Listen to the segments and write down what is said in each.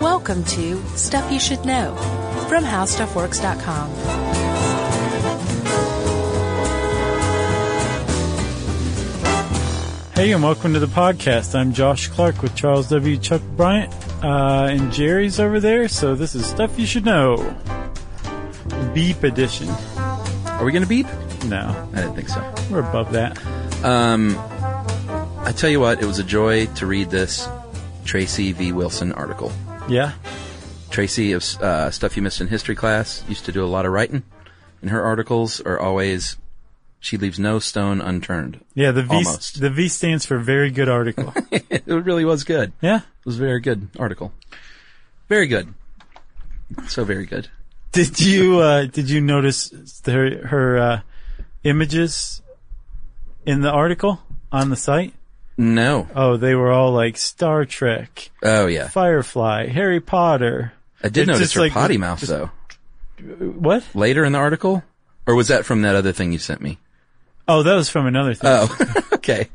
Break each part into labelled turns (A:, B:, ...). A: Welcome to Stuff You Should Know from HowStuffWorks.com.
B: Hey, and welcome to the podcast. I'm Josh Clark with Charles W. Chuck Bryant, uh, and Jerry's over there. So this is stuff you should know. Beep edition.
C: Are we going to beep?
B: No,
C: I didn't think so. Um,
B: we're above that.
C: I tell you what, it was a joy to read this Tracy V. Wilson article.
B: Yeah,
C: Tracy of uh, Stuff You Missed in History class used to do a lot of writing, and her articles are always, she leaves no stone unturned.
B: yeah. The V
C: Almost.
B: the V stands for very good article.
C: it really was good.
B: yeah.
C: It was a very good article. Very good. So very good.
B: Did you uh, did you notice her her uh, images in the article on the site?
C: No.
B: Oh, they were all like Star Trek,
C: Oh, yeah.
B: Firefly, Harry Potter.
C: I did
B: It's
C: notice
B: just
C: her
B: like-
C: potty mouth,
B: just-
C: though.
B: What?
C: Later in the article? Or was that from that other thing you sent me?
B: Oh, that was from another thing.
C: Oh, okay.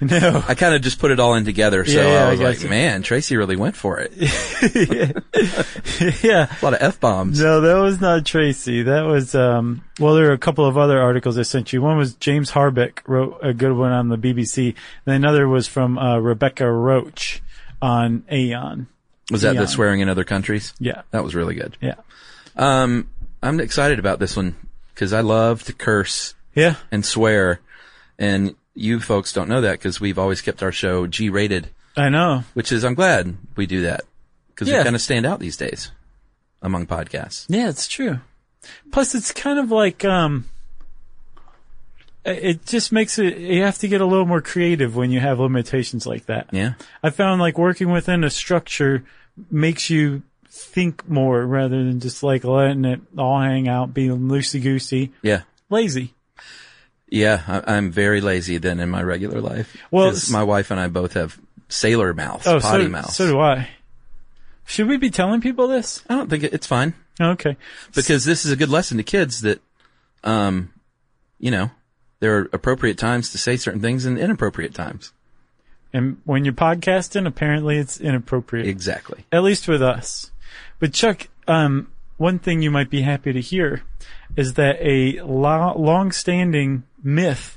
B: no.
C: I kind of just put it all in together. So
B: Yeah, yeah,
C: I
B: I
C: was like,
B: gotcha.
C: man, Tracy really went for it. A
B: yeah.
C: lot of F bombs.
B: No, that was not Tracy. That was um well there are a couple of other articles I sent you. One was James Harbeck wrote a good one on the BBC. Then another was from uh, Rebecca Roach on Aeon.
C: Was that
B: Neon.
C: the swearing in other countries?
B: Yeah.
C: That was really good.
B: Yeah.
C: Um, I'm excited about this one because I love to curse
B: Yeah.
C: and swear. And you folks don't know that because we've always kept our show G rated,
B: I know.
C: which is, I'm glad we do that because
B: Yeah.
C: we kind of stand out these days among podcasts.
B: Yeah, it's true. Plus it's kind of like um it it just makes it you have to get a little more creative when you have limitations like that.
C: Yeah.
B: I found like working within a structure makes you think more rather than just like letting it all hang out, being loosey goosey,
C: Yeah.
B: lazy.
C: Yeah. I, I'm very lazy then in my regular life.
B: Well,
C: 'Cause
B: s-
C: my wife and I both have sailor mouths,
B: Oh,
C: potty
B: so,
C: mouths.
B: so do I. Should we be telling people this?
C: I don't think it, it's fine
B: Okay.
C: because this is a good lesson to kids that, um, you know, there are appropriate times to say certain things and inappropriate times.
B: And when you're podcasting, apparently it's inappropriate.
C: Exactly.
B: at least with us. But Chuck, um, one thing you might be happy to hear is that a lo- long-standing myth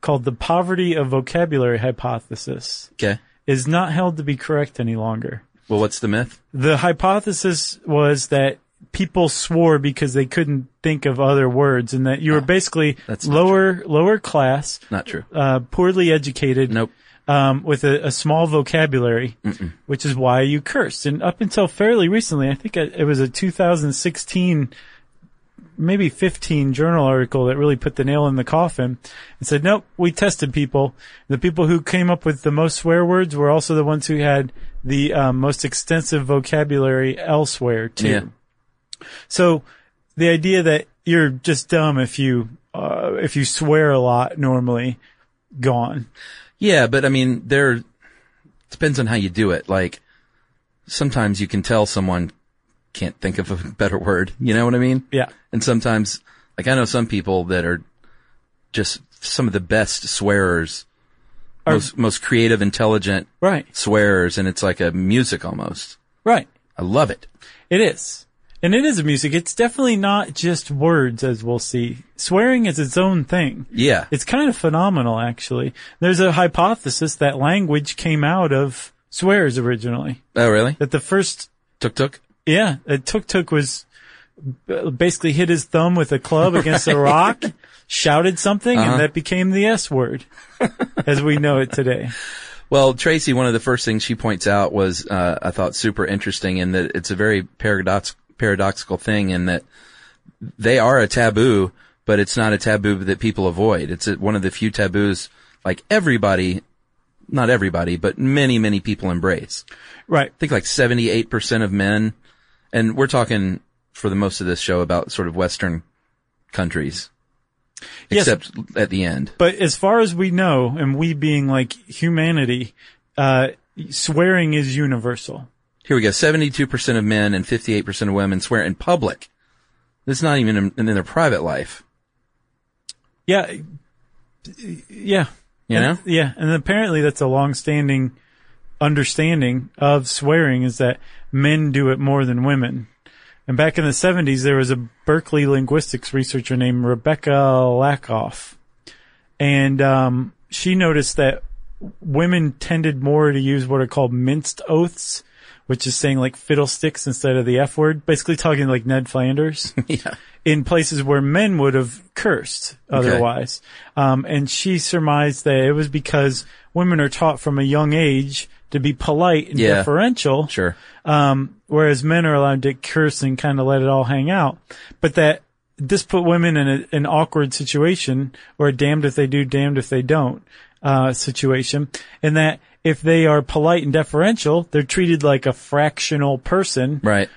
B: called the poverty of vocabulary hypothesis
C: Okay.
B: is not held to be correct any longer.
C: Well, what's the myth?
B: The hypothesis was that people swore because they couldn't think of other words and that you were basically
C: that's not
B: lower lower class,
C: Not true.
B: uh, poorly educated,
C: Nope.
B: um, with a, a small vocabulary, which is why you cursed. And up until fairly recently, I think it it was a 2016, maybe 15 journal article that really put the nail in the coffin and said, nope, we tested people. The people who came up with the most swear words were also the ones who had the um, most extensive vocabulary elsewhere too.
C: Yeah.
B: So the idea that you're just dumb if you uh, if you swear a lot normally, gone.
C: Yeah, but I mean, there depends on how you do it. Like sometimes you can tell someone can't think of a better word. You know what I mean?
B: Yeah.
C: And sometimes, like I know some people that are just some of the best swearers, most, most creative, intelligent
B: Right.
C: swearers, and it's like a music almost.
B: Right.
C: I love it.
B: It is. And it is a music. It's definitely not just words, as we'll see. Swearing is its own thing.
C: Yeah.
B: It's kind of phenomenal, actually. There's a hypothesis that language came out of swears originally.
C: oh, really?
B: That the first,
C: Tuk tuk?
B: yeah, that Tuk Tuk was b- basically hit his thumb with a club against a rock, shouted something, and that became the S word as we know it today.
C: Well, Tracy, one of the first things she points out was, uh, I thought super interesting in that it's a very paradox, paradoxical thing in that they are a taboo, but it's not a taboo that people avoid. It's a, one of the few taboos like everybody, not everybody, but many, many people embrace. I
B: Right.
C: think like 78% of men, and we're talking for the most of this show about sort of Western countries,
B: Yes.
C: except at the end.
B: But as far as we know, and we being like humanity, uh, swearing is universal.
C: Here we go. 72% of men and 58% of women swear in public. It's not even in, in their private life.
B: Yeah. Yeah.
C: You know?
B: Yeah. And apparently that's a long standing understanding of swearing is that men do it more than women. And back in the 70s, there was a Berkeley linguistics researcher named Rebecca Lakoff. And um, she noticed that women tended more to use what are called minced oaths, which is saying like fiddlesticks instead of the F word, basically talking like Ned Flanders
C: yeah.
B: in places where men would have cursed otherwise. Um, and she surmised that it was because women are taught from a young age to be polite and
C: Yeah.
B: deferential.
C: Sure.
B: Um, whereas men are allowed to curse and kind of let it all hang out. But that this put women in a, an awkward situation or a damned if they do, damned if they don't, uh, situation. And that if they are polite and deferential, they're treated like a fractional person.
C: Right.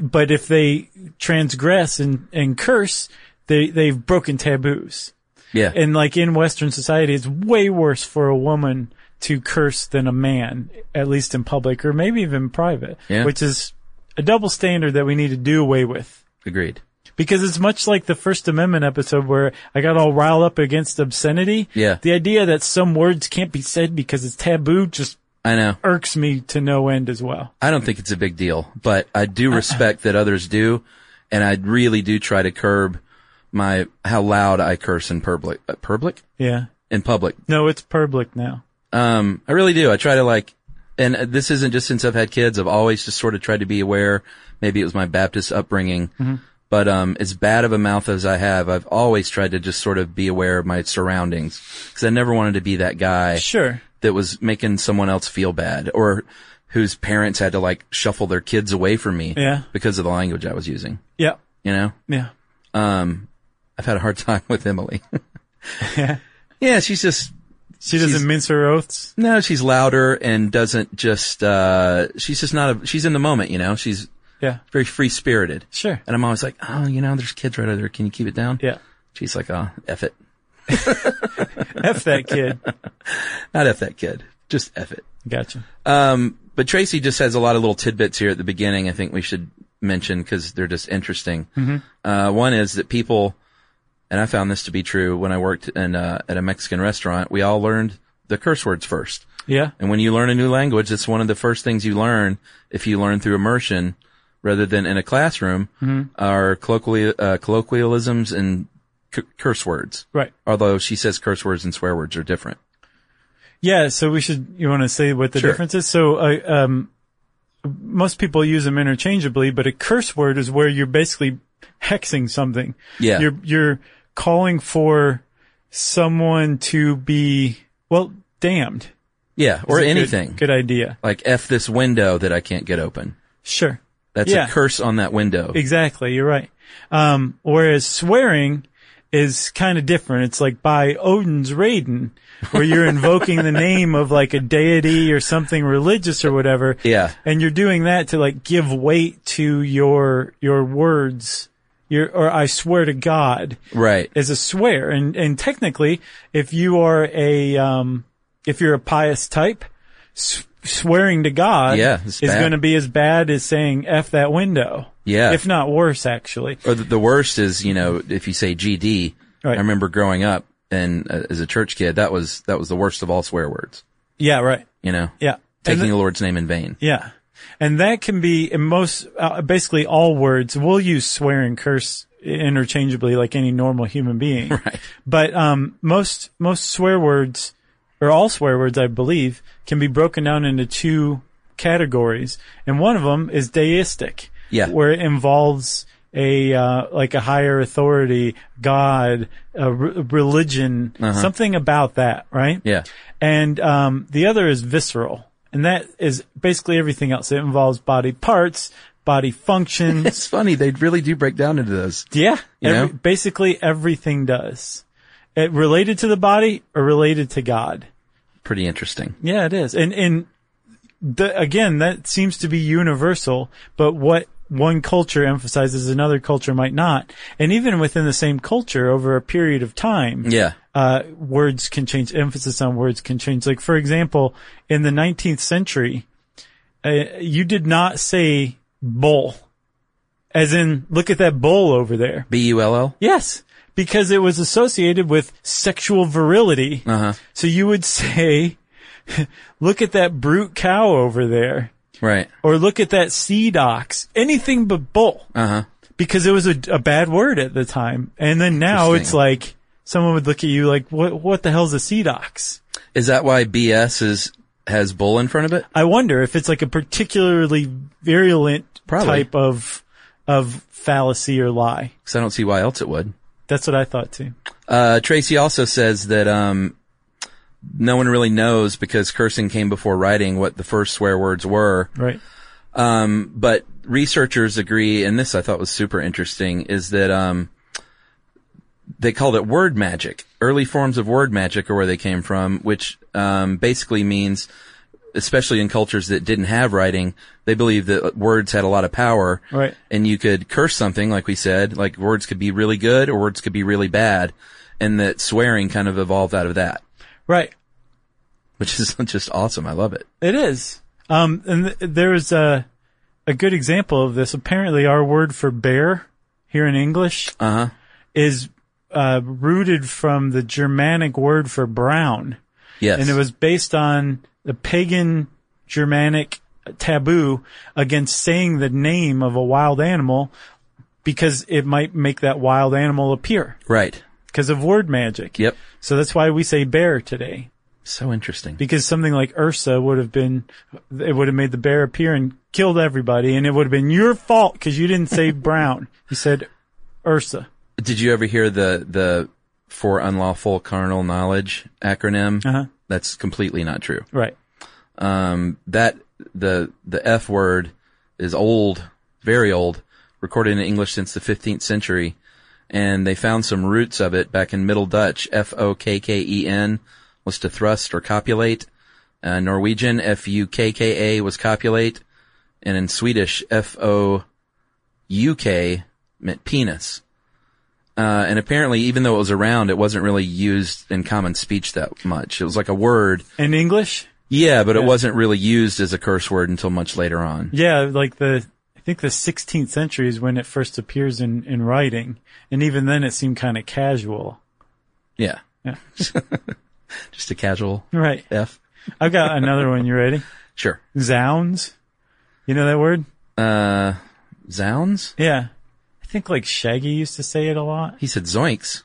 B: But if they transgress and, and curse, they, they've broken taboos.
C: Yeah.
B: And like in Western society, it's way worse for a woman to curse than a man, at least in public or maybe even private,
C: Yeah.
B: which is a double standard that we need to do away with.
C: Agreed.
B: Because it's much like the First Amendment episode where I got all riled up against obscenity.
C: Yeah.
B: The idea that some words can't be said because it's taboo just
C: I know.
B: irks me to no end as well.
C: I don't think it's a big deal, but I do respect that others do, and I really do try to curb my how loud I curse in public, uh, public,
B: Yeah.
C: in public.
B: No, it's public now.
C: Um, I really do. I try to like, and uh, this isn't just since I've had kids. I've always just sort of tried to be aware. Maybe it was my Baptist upbringing,
B: Mm-hmm.
C: but um, as bad of a mouth as I have, I've always tried to just sort of be aware of my surroundings because I never wanted to be that guy
B: Sure.
C: that was making someone else feel bad or whose parents had to like shuffle their kids away from me
B: Yeah.
C: because of the language I was using.
B: Yeah.
C: You know,
B: Yeah.
C: um, I've had a hard time with Emily.
B: Yeah.
C: yeah, she's just
B: She doesn't
C: She's-
B: mince her oaths.
C: no, she's louder and doesn't just. uh She's just not. A, she's in the moment. You know, she's
B: Yeah.
C: very free spirited.
B: Sure.
C: And I'm always like, oh, you know, there's kids right over there. Can you keep it down?
B: Yeah.
C: She's like, oh, f it.
B: F that kid.
C: Not f that kid. Just f it.
B: Gotcha.
C: Um, but Tracy just has a lot of little tidbits here at the beginning. I think we should mention because they're just interesting.
B: Mm-hmm.
C: Uh, one is that people, and I found this to be true when I worked in uh, at a Mexican restaurant. We all learned the curse words first,
B: Yeah.
C: and when you learn a new language, it's one of the first things you learn if you learn through immersion rather than in a classroom.
B: Mm-hmm.
C: Are colloquial uh, colloquialisms and c- curse words.
B: Right.
C: Although she says curse words and swear words are different.
B: Yeah, so we should. You want to say what the
C: Sure.
B: difference is? So, uh, um, most people use them interchangeably, but a curse word is where you're basically hexing something.
C: Yeah.
B: you're you're calling for someone to be well damned
C: Yeah, or
B: Good-
C: anything.
B: Good, idea.
C: like f this window that I can't get open.
B: Sure,
C: That's
B: Yeah. E-,
C: a curse on that window.
B: exactly. You're right. Um, whereas swearing is kind of different. It's like by Odin's Raiden, where you're invoking the name of like a deity or something religious or whatever.
C: Yeah,
B: and you're doing that to like give weight to your your words your or i swear to god
C: right.
B: is a swear and and technically if you are a um if you're a pious type s- swearing to god
C: Yeah,
B: is
C: it's bad.
B: going to be as bad as saying f that window
C: Yeah.
B: if not worse actually
C: or the, the worst is, you know, if you say GD.
B: Right.
C: I remember growing up and uh, as a church kid, that was that was the worst of all swear words.
B: yeah right
C: You know,
B: yeah
C: taking
B: And
C: the Lord's name in vain.
B: Yeah. And that can be in most, uh, basically all words. We'll use swear and curse interchangeably like any normal human being.
C: Right.
B: But, um, most, most swear words or all swear words, I believe, can be broken down into two categories. And one of them is deistic.
C: Yeah.
B: Where it involves a, uh, like a higher authority, God, a re- religion, something about that, right?
C: Uh-huh. Yeah,
B: and um, the other is visceral, and that is basically everything else. It involves body parts, body functions.
C: it's funny they really do break down into those.
B: yeah,
C: You know?
B: basically everything does. It related to the body or related to God.
C: Pretty interesting.
B: Yeah, it is, and and the, again, that seems to be universal. But what one culture emphasizes, another culture might not, and even within the same culture, over a period of time,
C: Yeah,
B: uh, words can change, emphasis on words can change. Like, for example, in the 19th century, uh, you did not say bull, as in, look at that bull over there.
C: B U L L.
B: Yes, because it was associated with sexual virility.
C: Uh huh.
B: So you would say look at that brute cow over there,
C: Right.
B: or look at that seed ox. Anything but bull,
C: Uh huh.
B: because it was a, a bad word at the time. And then now it's
C: Interesting.
B: like someone would look at you like, what What the hell's a seed ox?
C: Is that why BS is has bull in front of it?
B: I wonder if it's like a particularly virulent
C: Probably.
B: type of of fallacy or lie.
C: Because I don't see why else it would.
B: That's what I thought too.
C: Uh, Tracy also says that um, no one really knows because cursing came before writing what the first swear words were.
B: Right.
C: Um, but researchers agree, and this I thought was super interesting, is that um, they called it word magic. Early forms of word magic are where they came from, which um, basically means, especially in cultures that didn't have writing, they believed that words had a lot of power.
B: Right.
C: And you could curse something, like we said, like words could be really good or words could be really bad, and that swearing kind of evolved out of that,
B: Right.
C: which is just awesome. I love it.
B: It is. Um, and th- there was a a good example of this. Apparently, our word for bear here in English
C: Uh huh.
B: is uh, rooted from the Germanic word for brown,
C: Yes.
B: and it was based on the pagan Germanic taboo against saying the name of a wild animal because it might make that wild animal appear
C: right.
B: because of word magic.
C: Yep.
B: So that's why we say bear today
C: So interesting.
B: because something like Ursa would have been, it would have made the bear appear and killed everybody, and it would have been your fault because you didn't say Brown. You said Ursa.
C: Did you ever hear the the for unlawful carnal knowledge acronym?
B: Uh-huh.
C: That's completely not true.
B: Right.
C: Um, that the the F word is old, very old, recorded in English since the 15th century, and they found some roots of it back in Middle Dutch. F O K K E N was to thrust or copulate. Uh, Norwegian F U K K A was copulate, and in Swedish F O U K meant penis. Uh, and apparently, even though it was around, it wasn't really used in common speech that much. It was like a word
B: In English?
C: yeah, but it wasn't really used as a curse word until much later on.
B: Yeah, like the, I think the 16th century is when it first appears in, in writing, and even then it seemed kind of casual.
C: Yeah.
B: Yeah.
C: Just a casual
B: Right.
C: F.
B: I've got another one. You ready?
C: Sure.
B: Zounds. You know that word?
C: Uh, zounds?
B: Yeah. I think like Shaggy used to say it a lot.
C: He said zoinks.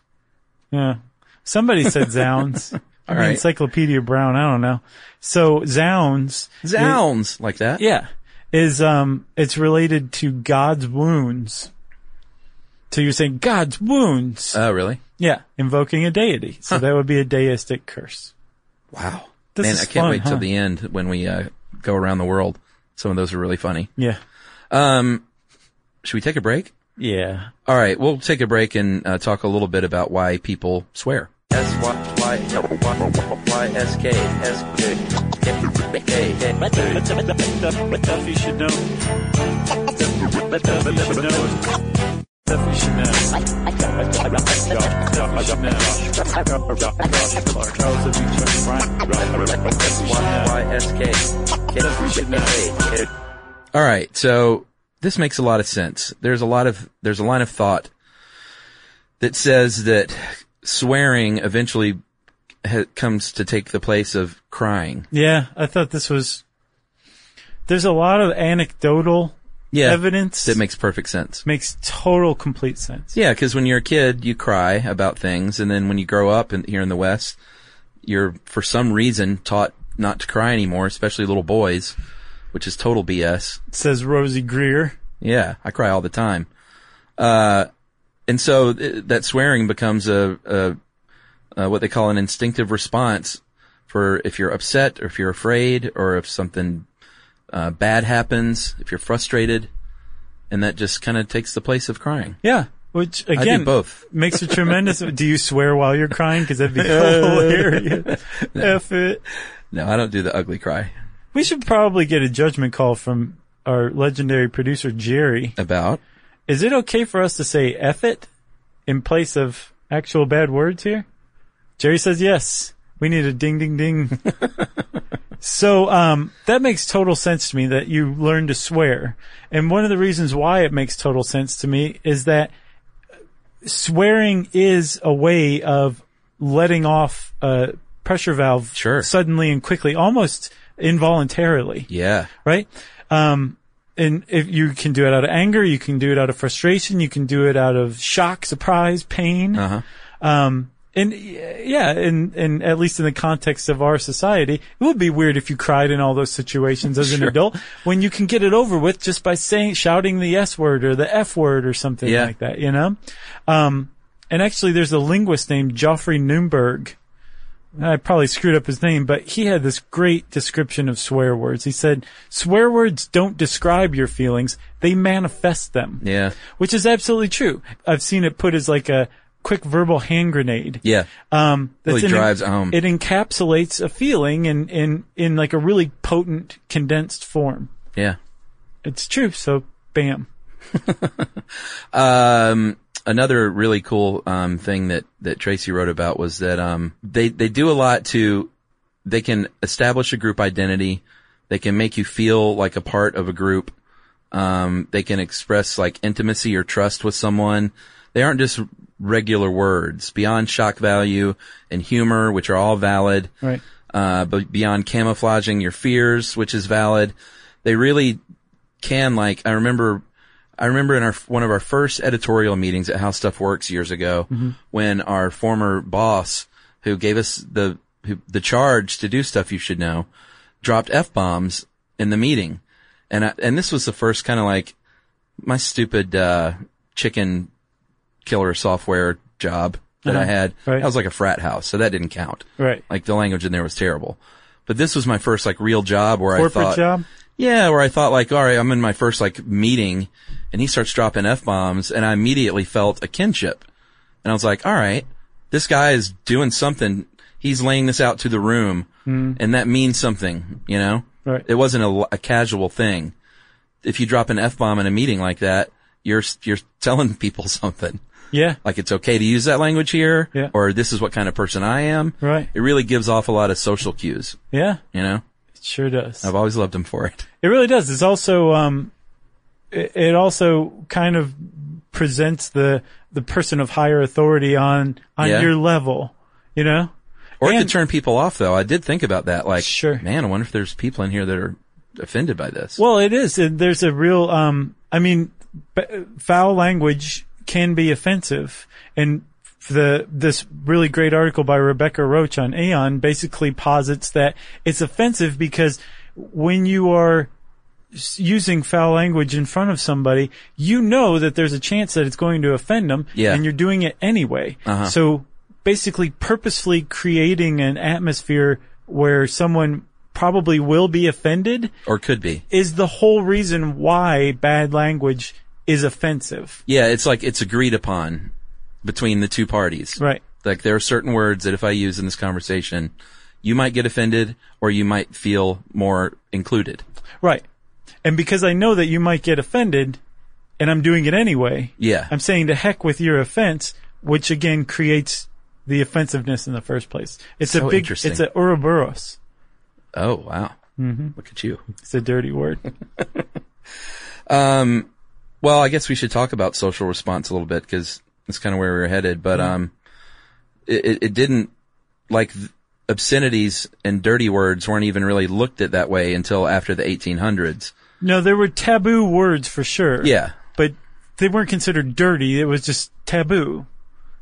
B: Yeah. Somebody said Zounds. I mean,
C: right.
B: Encyclopedia Brown, I don't know. So Zounds.
C: Zounds! like that?
B: Yeah. Is, um, it's related to God's wounds. So you're saying God's wounds.
C: Oh, really?
B: yeah. Invoking a deity. So that would be a deistic curse.
C: Wow.
B: This
C: Man,
B: is
C: I can't
B: fun,
C: wait till
B: huh?
C: the end when we, uh, go around the world. Some of those are really funny.
B: Yeah.
C: Um, should we take a break?
B: Yeah.
C: All right. We'll take a break and uh, talk a little bit about why people swear.
D: S Y Y L Y Y S K S K K K.
B: Stuff you should know. Stuff you should know. Stuff you should know. Stuff you should know. Charles
D: Y S K K K.
C: All right, so this makes a lot of sense. There's a lot of there's a line of thought that says that swearing eventually ha- comes to take the place of crying.
B: Yeah, I thought this was. There's a lot of anecdotal
C: Yeah,
B: evidence
C: that makes perfect sense.
B: makes total complete sense.
C: Yeah, because when you're a kid, you cry about things, and then when you grow up in, here in the West, you're for some reason taught not to cry anymore, especially little boys, which is total BS.
B: Says Rosie Greer.
C: Yeah, I cry all the time. Uh, and so th- that swearing becomes a, a, a what they call an instinctive response for if you're upset or if you're afraid or if something uh, bad happens, if you're frustrated, and that just kind of takes the place of crying.
B: Yeah, which
C: I
B: again
C: do both.
B: makes a tremendous. do you swear while you're crying? Because that'd be hilarious. F it.
C: No, I don't do the ugly cry.
B: We should probably get a judgment call from our legendary producer Jerry.
C: About
B: Is it okay for us to say F it in place of actual bad words here? Jerry says yes. We need a ding ding ding. so um, that makes total sense to me that you learn to swear. And one of the reasons why it makes total sense to me is that swearing is a way of letting off a pressure valve
C: Sure.
B: suddenly and quickly, almost involuntarily,
C: Yeah.
B: right? Um, and if you can do it out of anger, you can do it out of frustration, you can do it out of shock, surprise, pain.
C: Uh huh.
B: Um, and y- yeah, and, and at least in the context of our society, it would be weird if you cried in all those situations as an
C: Sure.
B: adult when you can get it over with just by saying, shouting the S word or the F word or something
C: Yeah.
B: like that, you know? Um, and actually there's a linguist named Joffrey Newberg. I probably screwed up his name, but he had this great description of swear words. He said, swear words don't describe your feelings. They manifest them
C: Yeah.
B: which is absolutely true. I've seen it put as like a quick verbal hand grenade.
C: Yeah.
B: Um, that's
C: Really
B: an-
C: drives home.
B: It encapsulates a feeling in, in, in like a really potent condensed form.
C: Yeah.
B: It's true. So bam.
C: Um, another really cool um, thing that that Tracy wrote about was that um, they they do a lot to they can establish a group identity. They can make you feel like a part of a group. Um, they can express like intimacy or trust with someone. They aren't just regular words. Beyond shock value and humor, which are all valid,
B: Right.
C: uh, but beyond camouflaging your fears, which is valid, they really can like, I remember, I remember in our, one of our first editorial meetings at How Stuff Works years ago
B: Mm-hmm.
C: when our former boss who gave us the, who, the charge to do stuff you should know dropped F bombs in the meeting. And I, and this was the first kind of like my stupid, uh, chicken killer software job that I
B: Uh-huh.
C: had.
B: Right.
C: I was like a frat house, so that didn't count.
B: Right.
C: Like the language in there was terrible. But this was my first like real job where I
B: Corporate
C: thought,
B: job.
C: yeah, where I thought like, all right, I'm in my first like meeting and he starts dropping F bombs and I immediately felt a kinship. And I was like, all right, this guy is doing something. He's laying this out to the room and that means something, you know?
B: Hmm. Right.
C: It wasn't a, a casual thing. If you drop an F bomb in a meeting like that, you're, you're telling people something
B: Yeah.
C: like it's okay to use that language here,
B: Yeah.
C: or this is what kind of person I am.
B: Right.
C: It really gives off a lot of social cues.
B: Yeah.
C: You know,
B: It sure does.
C: I've always loved him for it.
B: It really does. It's also, um, it, it also kind of presents the, the person of higher authority on, on
C: Yeah.
B: your level, you know?
C: Or it
B: And-
C: could turn people off, though. I did think about that. Like,
B: Sure.
C: man, I wonder if there's people in here that are offended by this.
B: Well, it is. And There's a real, um, I mean, b- foul language can be offensive. And the, this really great article by Rebecca Roach on Aeon basically posits that it's offensive because when you are s- using foul language in front of somebody, you know that there's a chance that it's going to offend them.
C: Yeah.
B: And you're doing it anyway. So basically purposefully creating an atmosphere where someone probably will be offended
C: or could be.
B: is the whole reason why bad language is offensive.
C: Yeah, it's like it's agreed upon between the two parties.
B: Right.
C: Like there are certain words that if I use in this conversation, you might get offended, or you might feel more included.
B: Right. And because I know that you might get offended and I'm doing it anyway,
C: Yeah.
B: I'm saying to heck with your offense, which again creates the offensiveness in the first place. It's
C: So
B: a big,
C: interesting.
B: it's a Ouroboros.
C: oh wow. Mm-hmm. Look at you.
B: It's a dirty word.
C: Well, I guess we should talk about social response a little bit because that's kind of where we were headed. But um, it, it- it didn't like th- obscenities and dirty words weren't even really looked at that way until after the 1800s.
B: no, there were taboo words for sure.
C: Yeah,
B: But they weren't considered dirty. It was just taboo.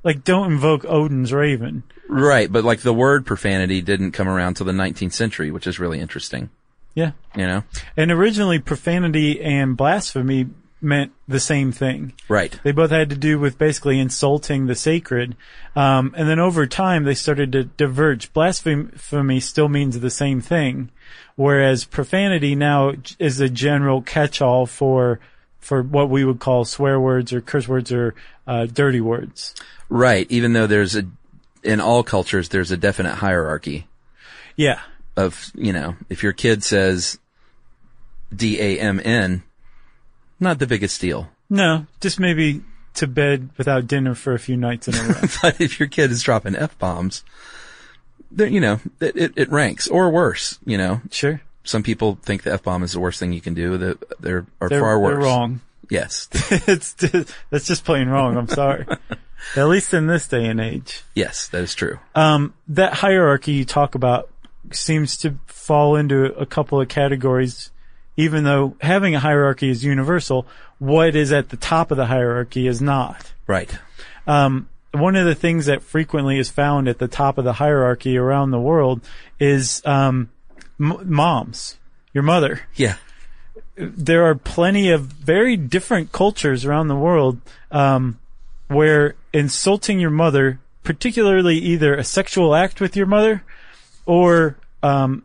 B: Like don't invoke Odin's raven.
C: right. But like the word profanity didn't come around till the 19th century, which is really interesting.
B: Yeah.
C: You know,
B: And originally, profanity and blasphemy meant the same thing.
C: right?
B: They both had to do with basically insulting the sacred. Um, and then over time, they started to diverge. Blasphemy still means the same thing, whereas profanity now j- is a general catch-all for for what we would call swear words or curse words or uh, dirty words.
C: Right. Even though there's a in all cultures there's a definite hierarchy
B: Yeah,
C: of you know if your kid says D A M N, not the biggest deal.
B: no, just maybe to bed without dinner for a few nights in a row.
C: but if your kid is dropping f bombs, then you know it, it, it ranks or worse. You know,
B: sure,
C: some people think the f bomb is the worst thing you can do. That there are
B: they're,
C: far worse.
B: they're wrong.
C: Yes,
B: it's just, that's just plain wrong. I'm sorry. at least in this day and age.
C: Yes, that is true.
B: Um, that hierarchy you talk about seems to fall into a couple of categories, even though having a hierarchy is universal. What is at the top of the hierarchy is not.
C: right.
B: Um, one of the things that frequently is found at the top of the hierarchy around the world is um, m- moms, your mother
C: Yeah.
B: there are plenty of very different cultures around the world um, where insulting your mother, particularly either a sexual act with your mother or um,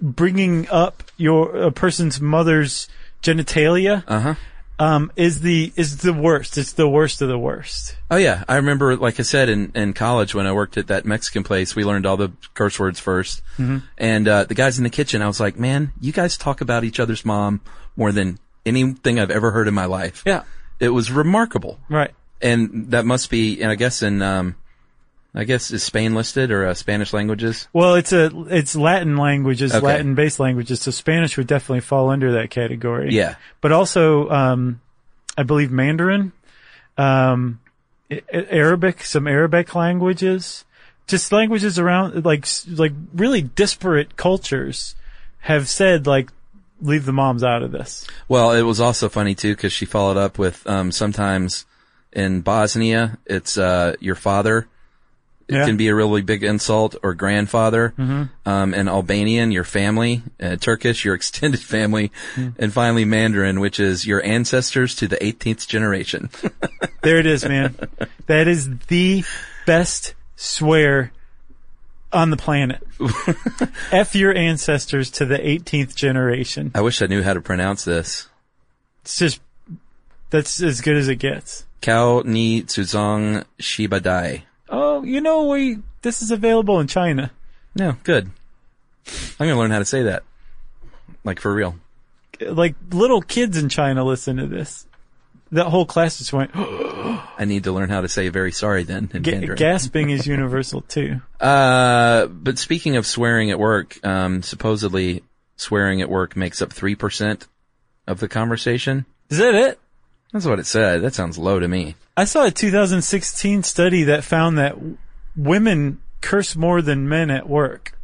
B: bringing up your a person's mother's genitalia,
C: Uh-huh.
B: um, is the is the worst. It's the worst of the worst.
C: Oh yeah, I remember, like I said, in, in college when I worked at that Mexican place, we learned all the curse words 1st
B: Mm-hmm.
C: And uh, the guys in the kitchen, I was like, man, you guys talk about each other's mom more than anything I've ever heard in my life.
B: Yeah.
C: it was remarkable,
B: Right.
C: and that must be, and I guess in, um, I guess is Spain listed or uh, Spanish languages?
B: Well, it's a it's Latin languages,
C: Okay.
B: Latin based languages. So Spanish would definitely fall under that category.
C: Yeah.
B: but also um, I believe Mandarin, um, A- A- Arabic, some Arabic languages, just languages around like s- like really disparate cultures have said like leave the moms out of this.
C: Well, it was also funny too because she followed up with um, sometimes in Bosnia, it's uh, your father. It
B: Yeah.
C: can be a really big insult or grandfather. Um, in Albanian, your family. Uh, Turkish, your extended family. And finally, Mandarin, which is your ancestors to the 18th generation.
B: There it is, man. that is the best swear on the planet. F your ancestors to the 18th generation.
C: I wish I knew how to pronounce this.
B: It's just that's as good as it gets.
C: Kao ni tsuzong shibadai.
B: Oh, you know we this is available in China.
C: No, good. I'm going to learn how to say that. Like for real.
B: Like little kids in China listen to this. That whole class just went.
C: I need to learn how to say very sorry then in
B: Ga-
C: Mandarin.
B: gasping is universal too.
C: Uh, but speaking of swearing at work, um, supposedly swearing at work makes up 3% of the conversation.
B: Is that it?
C: That's what it said. That sounds low to me.
B: I saw a 2016 study that found that w- women curse more than men at work.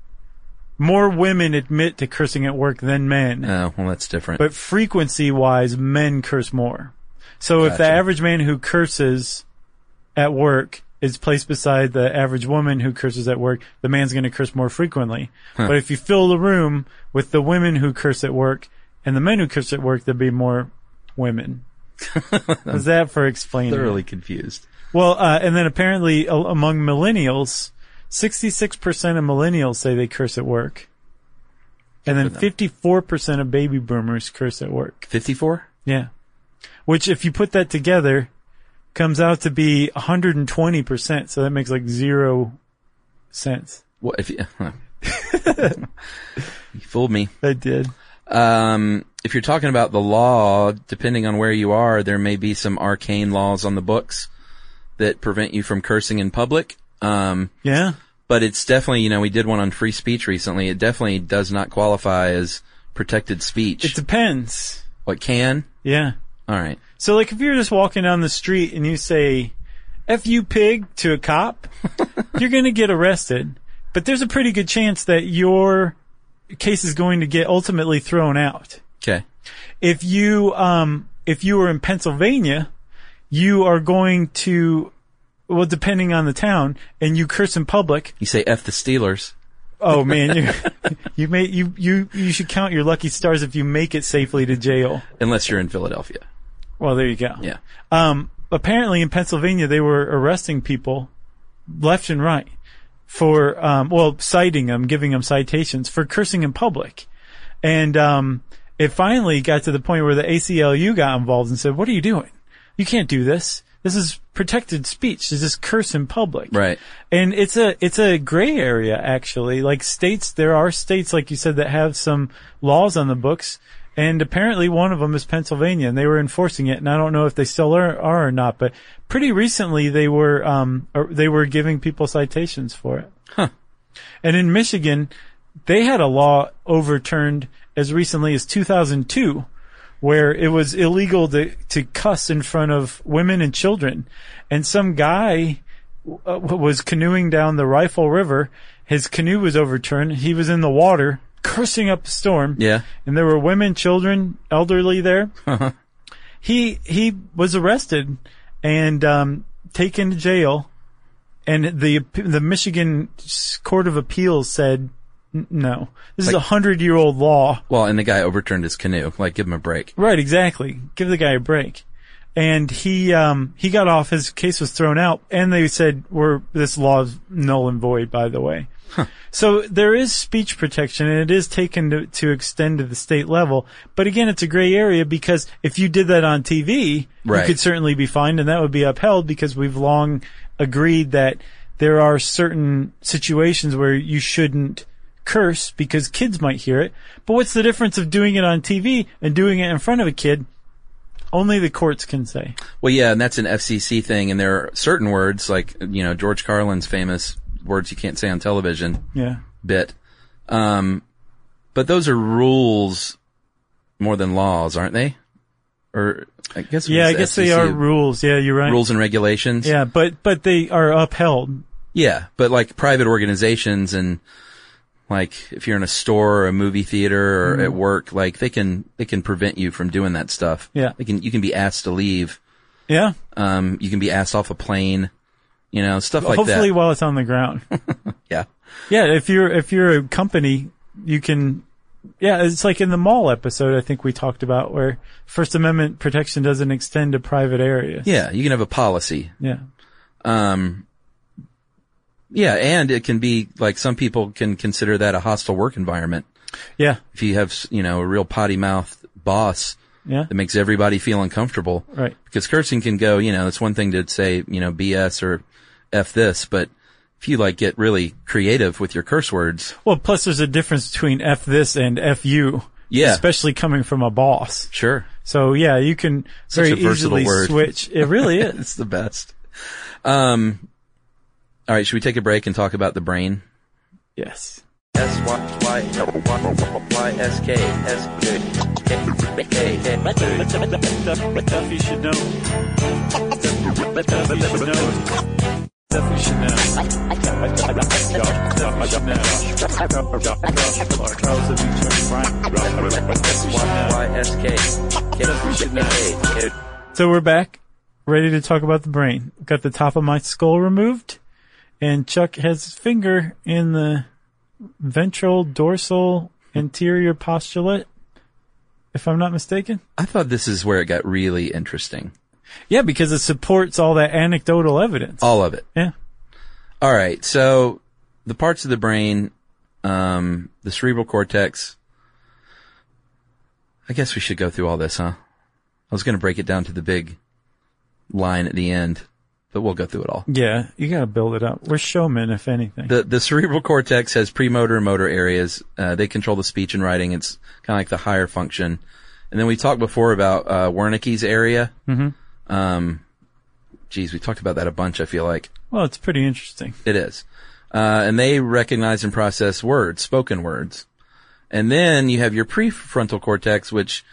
B: More women admit to cursing at work than men.
C: Oh, well, that's different.
B: but frequency wise, men curse more. So if the
C: Gotcha.
B: average man who curses at work is placed beside the average woman who curses at work, the man's going to curse more frequently. But if you fill the room with the women who curse at work and the men who curse at work, there'd be more women. Is that for explaining? it?
C: thoroughly confused.
B: Well, uh, and then apparently a- among millennials, 66% of millennials say they curse at work. And then 54% of baby boomers curse at work.
C: 54?
B: Yeah. Which, if you put that together, comes out to be 120%. So that makes like zero sense.
C: What if you, you fooled me.
B: That did.
C: Um, if you're talking about the law, depending on where you are, there may be some arcane laws on the books that prevent you from cursing in public. Um,
B: Yeah.
C: but it's definitely, you know, we did one on free speech recently. It definitely does not qualify as protected speech.
B: It depends.
C: what can?
B: Yeah.
C: All right.
B: So, like, if you're just walking down the street and you say "f you pig" to a cop, you're going to get arrested. But there's a pretty good chance that your case is going to get ultimately thrown out.
C: Okay.
B: If you um, if you were in Pennsylvania, you are going to well, depending on the town, and you curse in public.
C: You say F the Steelers.
B: Oh man, you you may you you you should count your lucky stars if you make it safely to jail.
C: Unless you're in Philadelphia.
B: Well, there you go.
C: Yeah.
B: Um, apparently in Pennsylvania, they were arresting people left and right for, um, well, citing them, giving them citations for cursing in public. And, um, it finally got to the point where the ACLU got involved and said, what are you doing? You can't do this. This is protected speech to just curse in public.
C: Right.
B: And it's a, it's a gray area actually. Like states, there are states, like you said, that have some laws on the books. And apparently one of them is Pennsylvania and they were enforcing it. And I don't know if they still are, are or not, but pretty recently they were, um, or they were giving people citations for it. And in Michigan, they had a law overturned as recently as 2002 where it was illegal to, to cuss in front of women and children. And some guy uh, was canoeing down the Rifle River. His canoe was overturned. He was in the water cursing up a storm.
C: Yeah.
B: And there were women, children, elderly there. He, he was arrested and, um, taken to jail. And the, the Michigan Court of Appeals said, "N- no, this is a
C: Like-
B: hundred year old law.
C: Well, and the guy overturned his canoe. Like, give him a break.
B: Right, exactly. Give the guy a break. And he um he got off. His case was thrown out, and they said, "We're this law is null and void." By the way, so there is speech protection, and it is taken to, to extend to the state level. But again, it's a gray area because if you did that on TV,
C: Right.
B: you could certainly be fined, and that would be upheld because we've long agreed that there are certain situations where you shouldn't curse because kids might hear it. But what's the difference of doing it on TV and doing it in front of a kid? Only the courts can say.
C: Well, yeah, and that's an FCC thing. And there are certain words, like, you know, George Carlin's famous words you can't say on television.
B: Yeah.
C: bit. Um, but those are rules more than laws, aren't they? Or I guess it
B: Yeah,
C: was
B: I
C: the
B: guess they
C: FCC
B: are rules. Yeah, you're right.
C: rules and regulations.
B: Yeah, but but they are upheld.
C: yeah, but like private organizations and like if you're in a store or a movie theater
B: Mm-hmm.
C: or at work, like they can they can prevent you from doing that stuff.
B: Yeah.
C: they can you can be asked to leave.
B: Yeah.
C: Um, you can be asked off a plane. You know, stuff like
B: Hopefully
C: that.
B: while it's on the ground.
C: Yeah.
B: yeah, if you're if you're a company, you can yeah, it's like in the mall episode I think we talked about where First Amendment protection doesn't extend to private areas.
C: Yeah. You can have a policy.
B: Yeah.
C: Um, yeah, and it can be like some people can consider that a hostile work environment.
B: Yeah.
C: If you have, you know, a real potty mouth boss
B: Yeah.
C: that makes everybody feel uncomfortable,
B: Right.
C: because cursing can go, you know, it's one thing to say, you know, BS or F this, but if you like get really creative with your curse words,
B: Well, plus there's a difference between F this and F you.
C: Yeah.
B: Especially coming from a boss.
C: sure,
B: So yeah, you can
C: Such a
B: very
C: versatile
B: easily
C: word.
B: switch. It really is.
C: it's the best. Um, all right, should we take a break and talk about the brain?
B: yes.
D: S Y Y Y S K S K K K
E: Stuff you should know. Stuff you should know. Stuff you should know. Stuff you should know. Charles W. Turner Bryant. Stuff you should know.
D: Y S K K K K.
B: So we're back, ready to talk about the brain. Got the top of my skull removed, and Chuck has his finger in the ventral dorsal anterior postulate, if I'm not mistaken.
C: I thought this is where it got really interesting.
B: Yeah, because it supports all that anecdotal evidence.
C: All of it.
B: yeah.
C: All right. So the parts of the brain, um, the cerebral cortex. I guess we should go through all this, huh? I was going to break it down to the big line at the end, but we'll go through it all.
B: Yeah, you gotta build it up. We're showmen, if anything.
C: The, the cerebral cortex has premotor and motor areas. Uh, they control the speech and writing. It's kind of like the higher function. And then we talked before about, uh, Wernicke's area. Mm-hmm. Um, geez, we talked about that a bunch, I feel like.
B: well, it's pretty interesting.
C: It is. Uh, and they recognize and process words, spoken words. And then you have your prefrontal cortex, which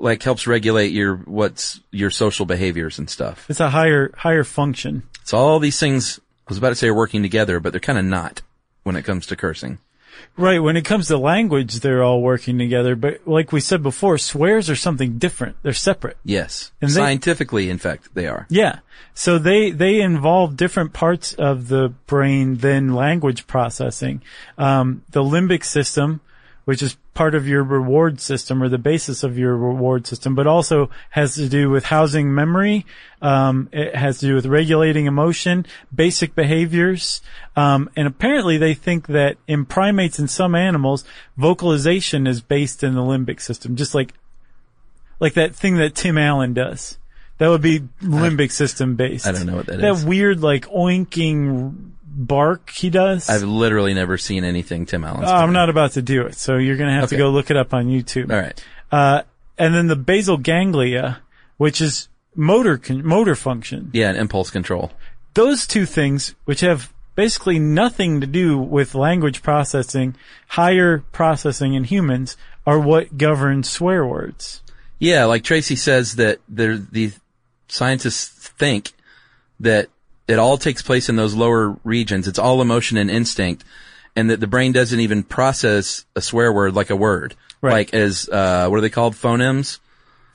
C: like helps regulate your, what's your social behaviors and stuff.
B: It's a higher, higher function.
C: So all these things, I was about to say are working together, but they're kind of not when it comes to cursing.
B: Right. When it comes to language, they're all working together. But like we said before, swears are something different. They're separate.
C: Yes.
B: And they-
C: Scientifically, in fact, they are.
B: Yeah. So they, they involve different parts of the brain than language processing. Um, the limbic system, which is part of your reward system or the basis of your reward system, but also has to do with housing memory. Um, it has to do with regulating emotion, basic behaviors. Um, and apparently they think that in primates and some animals, vocalization is based in the limbic system, just like, like that thing that Tim Allen does. That would be limbic system based.
C: I don't know what that
B: That
C: is.
B: weird, like oinking bark he does.
C: I've literally never seen anything Tim Allen's.
B: Uh, I'm
C: done.
B: not about to do it, so you're going to have to
C: Okay.
B: go look it up on YouTube.
C: All right.
B: Uh, and then the basal ganglia, which is motor con- motor function.
C: Yeah. And impulse control.
B: Those two things, which have basically nothing to do with language processing, higher processing in humans, are what govern swear words.
C: Yeah, like Tracy says that there, the scientists think that it all takes place in those lower regions. It's all emotion and instinct and that the brain doesn't even process a swear word like a word.
B: Right.
C: Like as, uh, what are they called? Phonemes?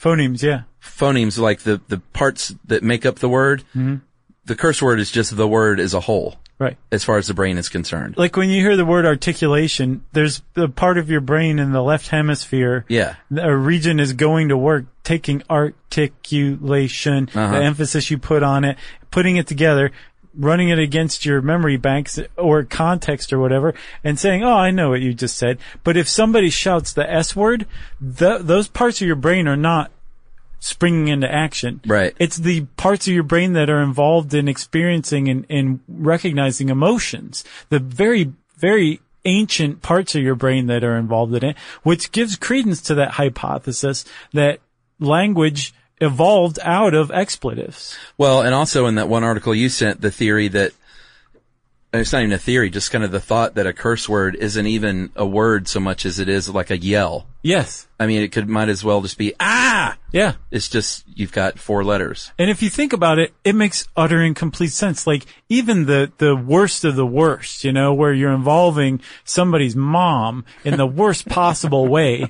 B: Phonemes, yeah.
C: Phonemes, like the, the parts that make up the word.
B: Mm-hmm.
C: The curse word is just the word as a whole,
B: Right.
C: as far as the brain is concerned.
B: Like when you hear the word articulation, there's a part of your brain in the left hemisphere.
C: Yeah.
B: A region is going to work taking articulation,
C: Uh-huh.
B: the emphasis you put on it, putting it together, running it against your memory banks or context or whatever, and saying, "Oh, I know what you just said." But if somebody shouts the S word, th those parts of your brain are not springing into action.
C: Right.
B: It's the parts of your brain that are involved in experiencing and, and recognizing emotions. The very, very ancient parts of your brain that are involved in it, which gives credence to that hypothesis that language evolved out of expletives.
C: Well, and also in that one article you sent, the theory that it's not even a theory, just kind of the thought that a curse word isn't even a word so much as it is like a yell.
B: Yes.
C: I mean, it could might as well just be ah.
B: Yeah.
C: It's just you've got four letters.
B: And if you think about it, it makes utter and complete sense. Like even the, the worst of the worst, you know, where you're involving somebody's mom in the worst possible way.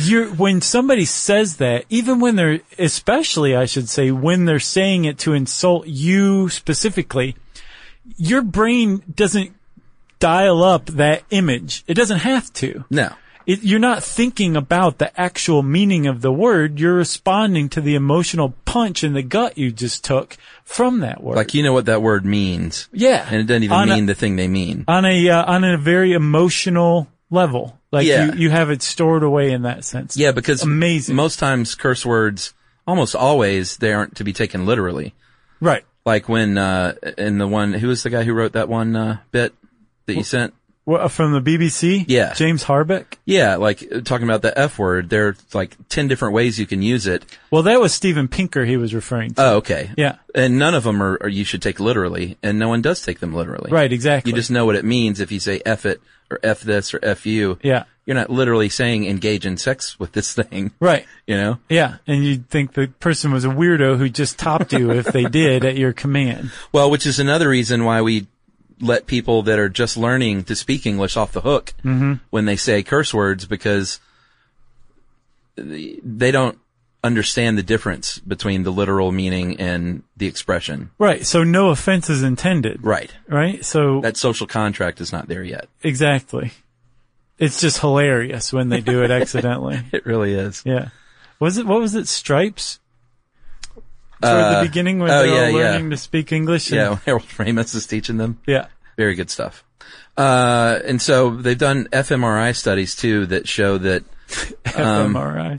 B: You're, when somebody says that, even when they're, especially I should say, when they're saying it to insult you specifically, your brain doesn't dial up that image. It doesn't have to
C: No.
B: it, you're not thinking about the actual meaning of the word. You're responding to the emotional punch in the gut you just took from that word.
C: Like you know what that word means.
B: yeah,
C: And it doesn't even
B: on
C: mean
B: a,
C: the thing they mean.
B: on a uh, on a very emotional level. Like
C: Yeah.
B: you, you have it stored away in that sense.
C: yeah, because
B: amazing.
C: most times curse words almost always they aren't to be taken literally.
B: right.
C: Like when uh in the one who was the guy who wrote that one uh bit that you sent?
B: Well, uh, from the BBC.
C: Yeah.
B: James Harbeck.
C: Yeah, like uh, talking about the F word, there are like 10 different ways you can use it.
B: Well, that was Steven Pinker he was referring to.
C: Oh, okay.
B: Yeah.
C: And none of them are, are you should take literally, and no one does take them literally.
B: right. Exactly.
C: You just know what it means if you say F it or F this or F you.
B: Yeah.
C: You're not literally saying engage in sex with this thing,
B: right.
C: you know?
B: Yeah, and you'd think the person was a weirdo who just topped you if they did at your command.
C: Well, which is another reason why we let people that are just learning to speak English off the hook when they say curse words because the- they don't understand the difference between the literal meaning and the expression.
B: Right. So no offense is intended.
C: Right.
B: Right. So
C: That social contract is not there yet.
B: exactly. It's just hilarious when they do it accidentally.
C: It really is.
B: Yeah. Was it, what was it? Stripes? Toward
C: Uh,
B: the beginning when
C: oh,
B: they were
C: yeah, yeah.
B: learning to speak English. and-
C: Yeah, when Harold Ramis is teaching them.
B: Yeah.
C: Very good stuff. Uh, and so they've done fMRI studies too that show that Um,
B: fMRI.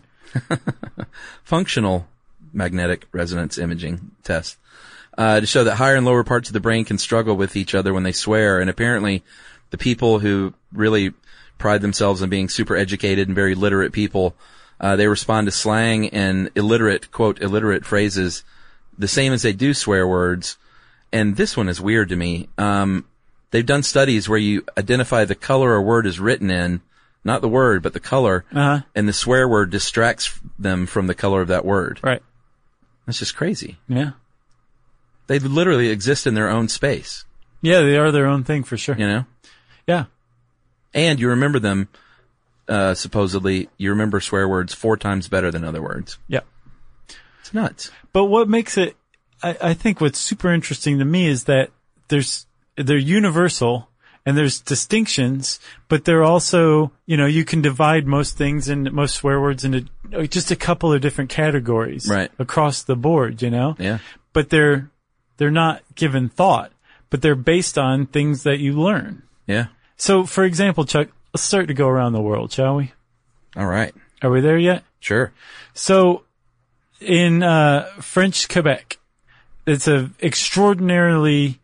C: functional magnetic resonance imaging test uh, to show that higher and lower parts of the brain can struggle with each other when they swear. And apparently, the people who really pride themselves on being super educated and very literate people, uh, they respond to slang and illiterate quote illiterate phrases the same as they do swear words. And this one is weird to me. Um, they've done studies where you identify the color a word is written in, not the word, but the color,
B: Uh-huh.
C: and the swear word distracts them from the color of that word.
B: Right.
C: That's just crazy.
B: Yeah.
C: They literally exist in their own space,
B: Yeah. They are their own thing for sure.
C: you know?
B: yeah.
C: And you remember them, uh, supposedly, you remember swear words four times better than other words.
B: Yeah.
C: It's nuts.
B: But what makes it, I, I think what's super interesting to me is that there's, they're universal and there's distinctions, but they're also, you know, you can divide most things and most swear words into uh, just a couple of different categories
C: Right.
B: across the board, you know?
C: Yeah.
B: But they're, they're not given thought, but they're based on things that you learn.
C: Yeah.
B: So for example, Chuck, let's start to go around the world, shall we?
C: All right.
B: Are we there yet?
C: Sure.
B: So, in uh, French Quebec, it's a extraordinarily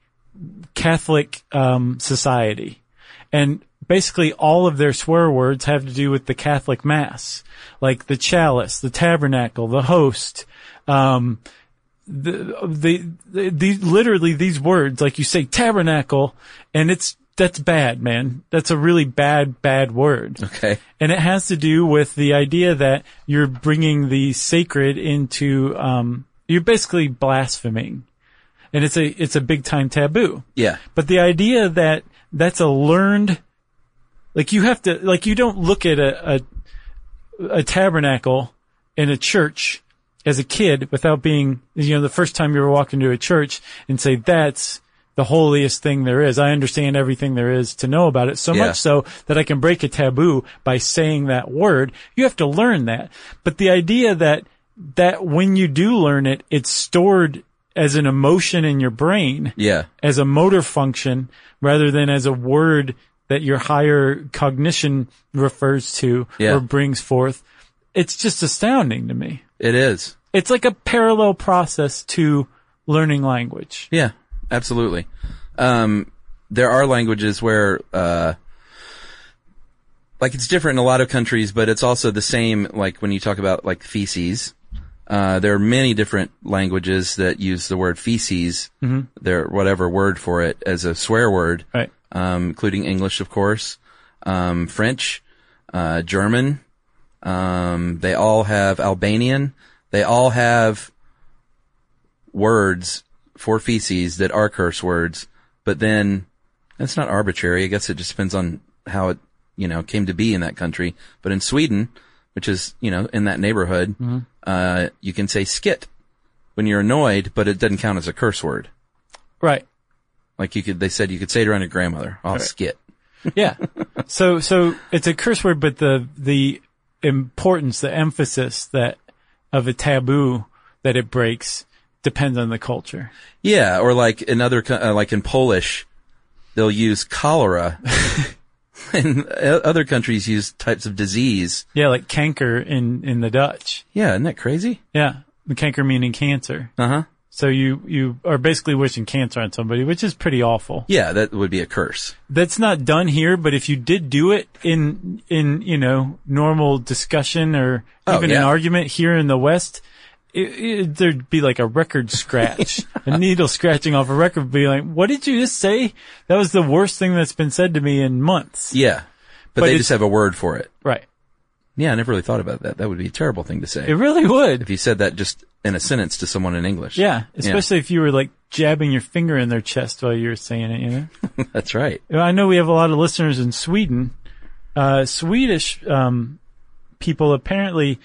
B: Catholic um, society, and basically all of their swear words have to do with the Catholic Mass, like the chalice, the tabernacle, the host. Um, the, the, the, the, literally these words, like you say tabernacle, and it's that's bad, man. That's a really bad, bad word.
C: Okay.
B: And it has to do with the idea that you're bringing the sacred into, um, you're basically blaspheming. And it's a, it's a big time taboo.
C: Yeah.
B: But the idea that that's a learned, like you have to, like you don't look at a, a, a tabernacle in a church as a kid without being, you know, the first time you ever walk into a church and say, that's the holiest thing there is. I understand everything there is to know about it so
C: Yeah.
B: much so that I can break a taboo by saying that word. You have to learn that. But the idea that, that when you do learn it, it's stored as an emotion in your brain
C: Yeah.
B: as a motor function rather than as a word that your higher cognition refers to
C: Yeah.
B: or brings forth. It's just astounding to me.
C: It is.
B: It's like a parallel process to learning language.
C: Yeah, absolutely. Um, there are languages where, uh, like it's different in a lot of countries, but it's also the same. Like when you talk about like feces, uh, there are many different languages that use the word feces, their whatever word for it as a swear word,
B: Right.
C: um, including English, of course, um, French, uh, German. Um, they all have Albanian. They all have words for feces that are curse words, but then that's not arbitrary. I guess it just depends on how it, you know, came to be in that country. But in Sweden, which is, you know, in that neighborhood, uh, you can say skit when you're annoyed, but it doesn't count as a curse word.
B: Right.
C: Like you could, they said you could say it around your grandmother. I'll skit.
B: Yeah. so, so it's a curse word, but the, the importance, the emphasis that of a taboo that it breaks depends on the culture.
C: Yeah. Or like in other, co- uh, like in Polish, they'll use cholera. and o- other countries use types of disease.
B: Yeah. Like canker in, in the Dutch.
C: Yeah. Isn't that crazy?
B: Yeah. The canker meaning cancer.
C: Uh huh.
B: So you, you are basically wishing cancer on somebody, which is pretty awful.
C: Yeah, that would be a curse.
B: That's not done here, but if you did do it in, in, you know, normal discussion or
C: Oh,
B: even an
C: yeah.
B: argument here in the West, it, it, there'd be like a record scratch, a needle scratching off a record would be like, what did you just say? That was the worst thing that's been said to me in months.
C: Yeah.
B: But
C: But, they
B: it's-
C: just have a word for it.
B: Right.
C: Yeah, I never really thought about that. That would be a terrible thing to say.
B: It really would.
C: if you said that just in a sentence to someone in English.
B: Yeah. Especially if you were like jabbing your finger in their chest while you were saying it, you know?
C: That's right.
B: I know we have a lot of listeners in Sweden. Uh, Swedish um, people apparently,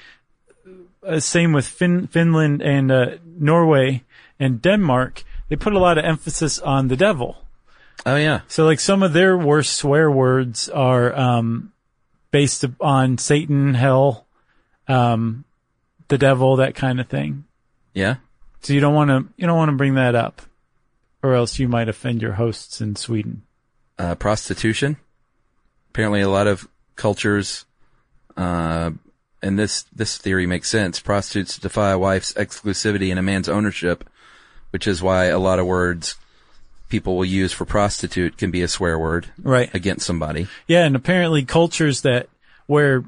B: uh, same with fin- Finland and uh, Norway and Denmark, they put a lot of emphasis on the devil.
C: Oh, yeah.
B: So, like, some of their worst swear words are um, based on Satan, hell, um, the devil, that kind of thing.
C: Yeah.
B: So you don't want to you don't want to bring that up, or else you might offend your hosts in Sweden.
C: Uh, prostitution. Apparently, a lot of cultures, uh, and this, this theory makes sense. Prostitutes defy a wife's exclusivity and a man's ownership, which is why a lot of words people will use for prostitute can be a swear word
B: Right.
C: against somebody.
B: Yeah, and apparently cultures that where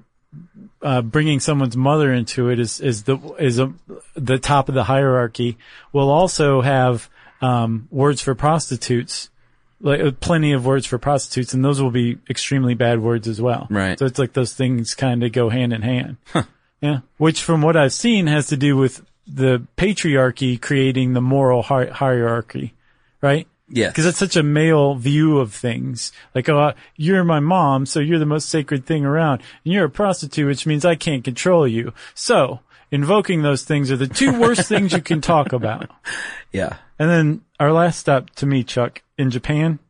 B: uh, bringing someone's mother into it is is the is a, the top of the hierarchy will also have um, words for prostitutes, like uh, plenty of words for prostitutes, and those will be extremely bad words as well.
C: Right.
B: So it's like those things kind of go hand in hand. Yeah, which from what I've seen has to do with the patriarchy creating the moral hi- hierarchy, right?
C: Yes.
B: Because that's such a male view of things. Like, oh, you're my mom, so you're the most sacred thing around. And you're a prostitute, which means I can't control you. So, invoking those things are the two worst things you can talk about.
C: yeah.
B: And then our last stop to me, Chuck, in Japan,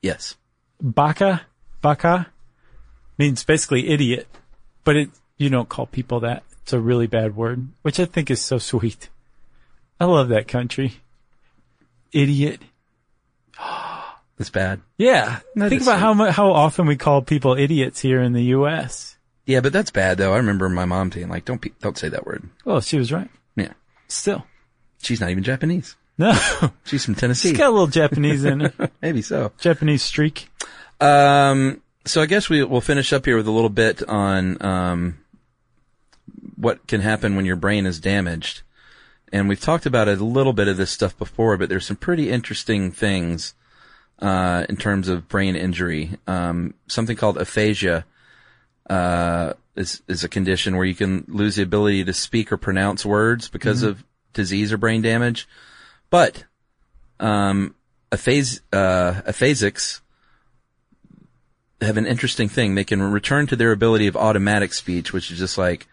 C: Yes.
B: baka, baka means basically idiot. But it, you don't call people that. It's a really bad word, which I think is so sweet. I love that country. Idiot.
C: That's bad.
B: Yeah.
C: That
B: Think
C: is
B: about
C: sweet.
B: how mu- how often we call people idiots here in the U.S.
C: Yeah, but that's bad though. I remember my mom saying like, "Don't pe- don't say that word."
B: Well, she was right.
C: Yeah,
B: Still,
C: she's not even Japanese.
B: no,
C: She's from Tennessee.
B: she's got a little Japanese in her.
C: Maybe so.
B: Japanese streak.
C: Um, so I guess we will finish up here with a little bit on um, what can happen when your brain is damaged, and we've talked about a little bit of this stuff before, but there's some pretty interesting things uh, in terms of brain injury. Um, something called aphasia uh, is is a condition where you can lose the ability to speak or pronounce words because of disease or brain damage. But um, aphas- uh, aphasics have an interesting thing. They can return to their ability of automatic speech, which is just like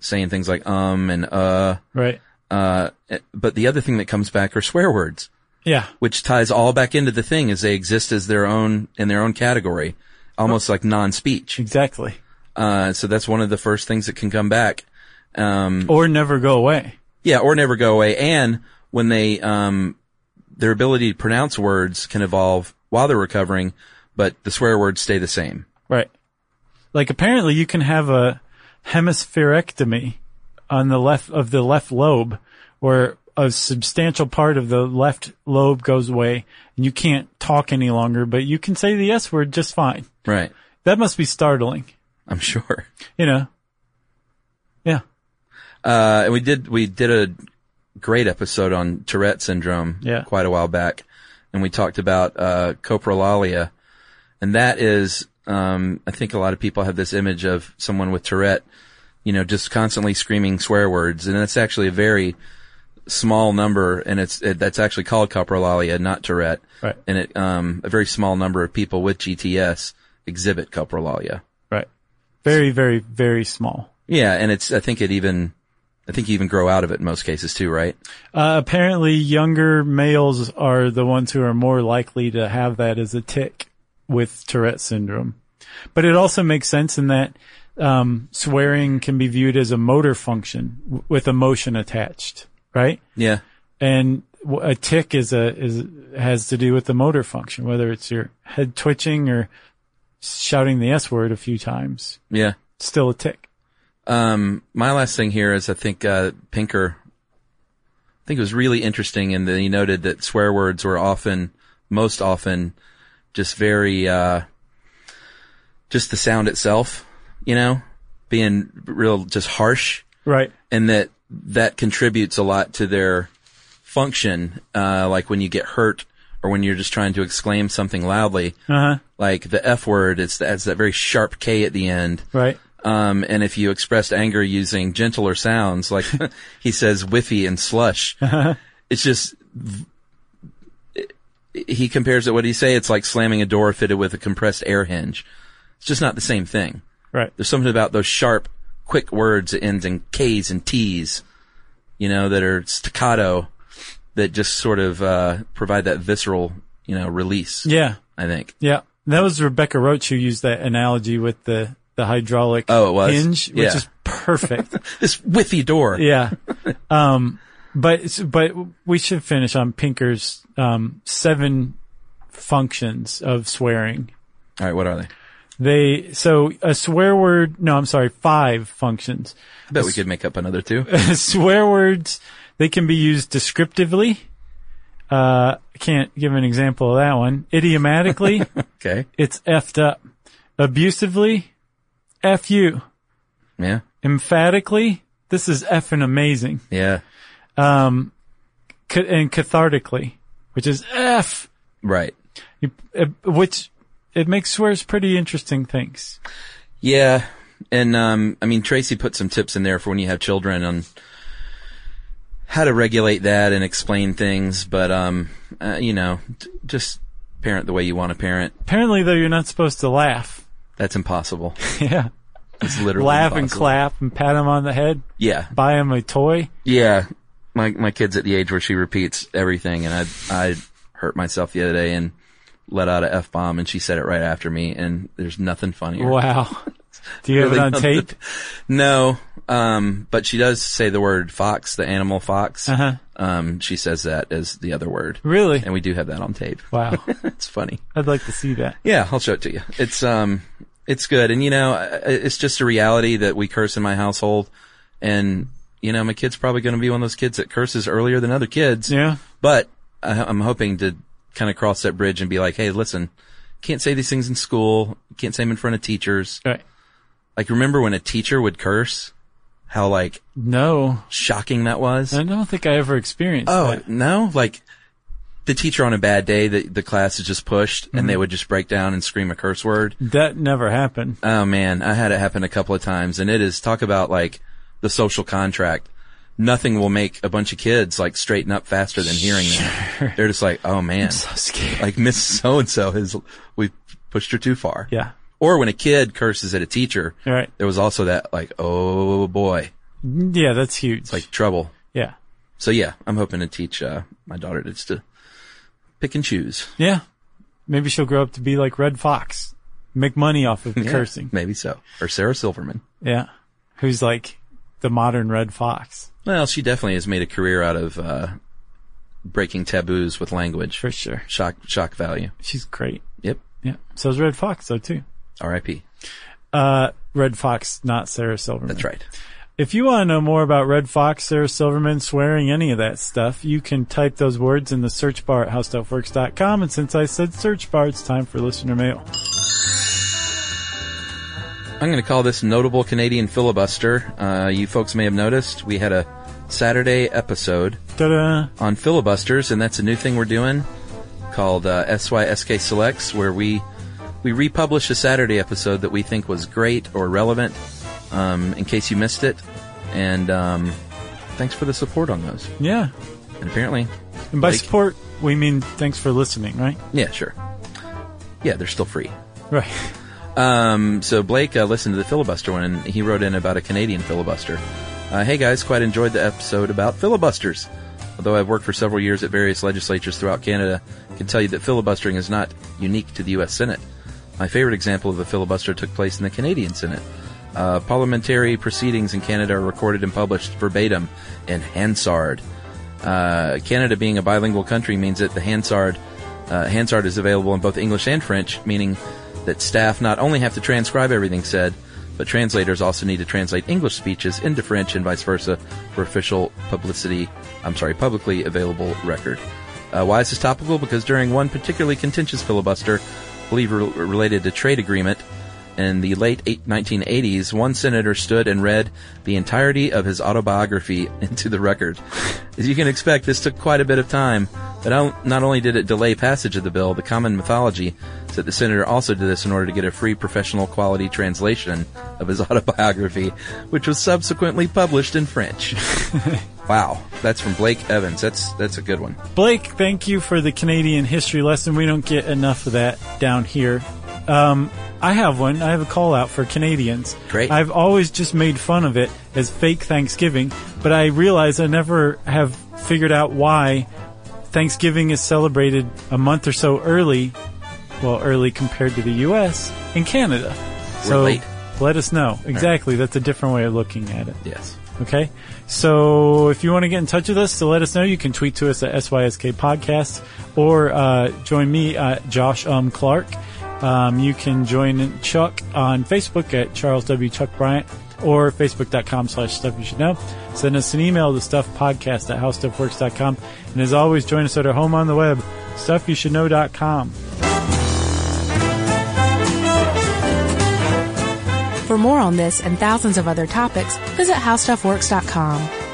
C: saying things like um and uh.
B: Right.
C: Uh, but the other thing that comes back are swear words
B: Yeah.
C: which ties all back into the thing is they exist as their own in their own category, almost like non-speech.
B: Exactly.
C: Uh, so that's one of the first things that can come back. Um,
B: Or never go away.
C: yeah, or never go away. And when they, um, their ability to pronounce words can evolve while they're recovering, but the swear words stay the same.
B: Right. Like apparently you can have a hemispherectomy on the left of the left lobe where a substantial part of the left lobe goes away and you can't talk any longer, but you can say the S word just fine.
C: Right.
B: That must be startling,
C: I'm sure.
B: you know? Yeah.
C: Uh, and we did, we did a great episode on Tourette syndrome
B: Yeah.
C: quite a while back. And we talked about, uh, coprolalia. And that is, um, I think a lot of people have this image of someone with Tourette, you know, just constantly screaming swear words. And that's actually a very small number. And it's, it, that's actually called coprolalia, not Tourette.
B: Right.
C: And it, um, a very small number of people with GTS exhibit coprolalia.
B: Right. Very, very, very small.
C: Yeah. And it's, I think it even, I think you even grow out of it in most cases too, right?
B: Uh, apparently younger males are the ones who are more likely to have that as a tick with Tourette syndrome. But it also makes sense in that, um, swearing can be viewed as a motor function w- with emotion attached, right?
C: Yeah.
B: And w- a tick is a, is, has to do with the motor function, whether it's your head twitching or shouting the S word a few times,
C: Yeah.
B: it's still a tick.
C: Um, my last thing here is I think, uh, Pinker, I think it was really interesting in that he noted that swear words were often, most often, just very, uh, just the sound itself, you know, being real, just harsh
B: Right.
C: and that that contributes a lot to their function. Uh, like when you get hurt or when you're just trying to exclaim something loudly,
B: Uh huh.
C: like the F word, it's, that's that very sharp K at the end.
B: Right.
C: Um, and if you expressed anger using gentler sounds, like he says whiffy and slush, it's just, it, he compares it, what he say? It's like slamming a door fitted with a compressed air hinge. It's just not the same thing.
B: Right.
C: There's something about those sharp, quick words that ends in K's and T's, you know, that are staccato that just sort of, uh, provide that visceral, you know, release.
B: Yeah.
C: I think.
B: Yeah. That was Rebecca Roach who used that analogy with the, the hydraulic
C: Oh, it was?
B: hinge, which
C: Yeah.
B: is perfect.
C: This whiffy door.
B: yeah. Um, but, it's- but we should finish on Pinker's, um, seven functions of swearing.
C: All right. What are they?
B: They, so a swear word, no, I'm sorry, five functions.
C: I bet we could make up another two.
B: swear words, they can be used descriptively. Uh, I can't give an example of that one. Idiomatically,
C: Okay.
B: it's effed up. Abusively, F you.
C: Yeah.
B: emphatically, this is effing amazing.
C: Yeah.
B: Ca- and cathartically, which is F,
C: Right.
B: you, uh, which it makes swears pretty interesting things.
C: Yeah. And, um, I mean, Tracy put some tips in there for when you have children on how to regulate that and explain things. But, um, uh, you know, t- just parent the way you want to parent.
B: Apparently, though, you're not supposed to laugh.
C: That's impossible.
B: Yeah.
C: It's literally
B: laugh and
C: impossible.
B: clap and pat him on the head,
C: Yeah.
B: buy him a toy.
C: Yeah. My, my kid's at the age where she repeats everything and I, I hurt myself the other day and let out a F bomb and she said it right after me and there's nothing funnier.
B: Wow. Do you have
C: Really
B: it on tape?
C: No, um, but she does say the word fox, the animal fox.
B: Uh-huh.
C: Um, she says that as the other word,
B: Really?
C: and we do have that on tape.
B: Wow.
C: it's funny.
B: I'd like to see that.
C: Yeah, I'll show it to you. It's um, it's good, and you know, I- it's just a reality that we curse in my household, and you know, my kid's probably going to be one of those kids that curses earlier than other kids.
B: Yeah.
C: But I, I'm hoping to kind of cross that bridge and be like, hey, listen, can't say these things in school, can't say them in front of teachers.
B: All right.
C: Like, remember when a teacher would curse? How like
B: No,
C: shocking that was?
B: I don't think I ever experienced
C: Oh
B: that.
C: no! Like the teacher on a bad day, the, the class is just pushed and they would just break down and scream a curse word.
B: That never happened.
C: Oh man, I had it happen a couple of times and it is talk about like the social contract. Nothing will make a bunch of kids like straighten up faster than hearing them. They're just like, oh man,
B: scared.
C: like Miss So and So has, we pushed her too far.
B: Yeah.
C: Or when a kid curses at a teacher,
B: Right.
C: there was also that like, oh boy,
B: Yeah, that's huge.
C: it's like trouble.
B: yeah.
C: So yeah, I'm hoping to teach, uh, my daughter just to pick and choose.
B: Yeah. Maybe she'll grow up to be like Red Fox. Make money off of
C: Yeah,
B: cursing.
C: Maybe so. Or Sarah Silverman.
B: Yeah. Who's like the modern Red Fox.
C: Well, she definitely has made a career out of uh, breaking taboos with language.
B: For sure.
C: Shock, shock value.
B: She's great.
C: Yep.
B: Yeah. So is Red Fox though too.
C: R.I.P.
B: Uh, Red Fox, not Sarah Silverman.
C: That's right.
B: If you want to know more about Red Fox, Sarah Silverman, swearing, any of that stuff, you can type those words in the search bar at howstuffworks.com. And since I said search bar, it's time for listener mail.
C: I'm going to call this notable Canadian filibuster. Uh, you folks may have noticed we had a Saturday episode
B: Ta-da!
C: on filibusters, and that's a new thing we're doing called uh, SYSK Selects, where we we republish a Saturday episode that we think was great or relevant, um, in case you missed it. And um, thanks for the support on those.
B: Yeah.
C: And apparently,
B: And by
C: Like-
B: support, we mean thanks for listening, right?
C: yeah, sure. Yeah, they're still free.
B: Right.
C: Um, so Blake uh, listened to the filibuster one, and he wrote in about a Canadian filibuster. Uh, hey guys, quite enjoyed the episode about filibusters. Although I've worked for several years at various legislatures throughout Canada, I can tell you that filibustering is not unique to the U.S. Senate. My favorite example of a filibuster took place in the Canadian Senate. Uh, parliamentary proceedings in Canada are recorded and published verbatim in Hansard. Uh, Canada being a bilingual country means that the Hansard uh, Hansard is available in both English and French, meaning that staff not only have to transcribe everything said, but translators also need to translate English speeches into French and vice versa for official publicity. I'm sorry, publicly available record. Uh, why is this topical? Because during one particularly contentious filibuster, I believe re- related to trade agreement, in the late eight, 1980s, one senator stood and read the entirety of his autobiography into the record. As you can expect, this took quite a bit of time, but on- not only did it delay passage of the bill, the common mythology is that the senator also did this in order to get a free professional quality translation of his autobiography, which was subsequently published in French. wow. That's from Blake Evans. That's, that's a good one.
B: Blake, thank you for the Canadian history lesson. We don't get enough of that down here. Um, I have one. I have a call out for Canadians.
C: Great.
B: I've always just made fun of it as fake Thanksgiving, but I realize I never have figured out why Thanksgiving is celebrated a month or so early, well, early compared to the U.S. and Canada. so
C: late.
B: let us know. Exactly. That's a different way of looking at it.
C: Yes.
B: Okay. So if you want to get in touch with us to let us know, you can tweet to us at SYSK Podcast or uh, join me at Josh Um Clark. Um, you can join Chuck on Facebook at Charles W. Chuck Bryant or facebook.com slash stuff you should know. Send us an email to stuffpodcast at howstuffworks.com. And as always, join us at our home on the web, stuffyoushouldknow.com.
A: For more on this and thousands of other topics, visit howstuffworks.com.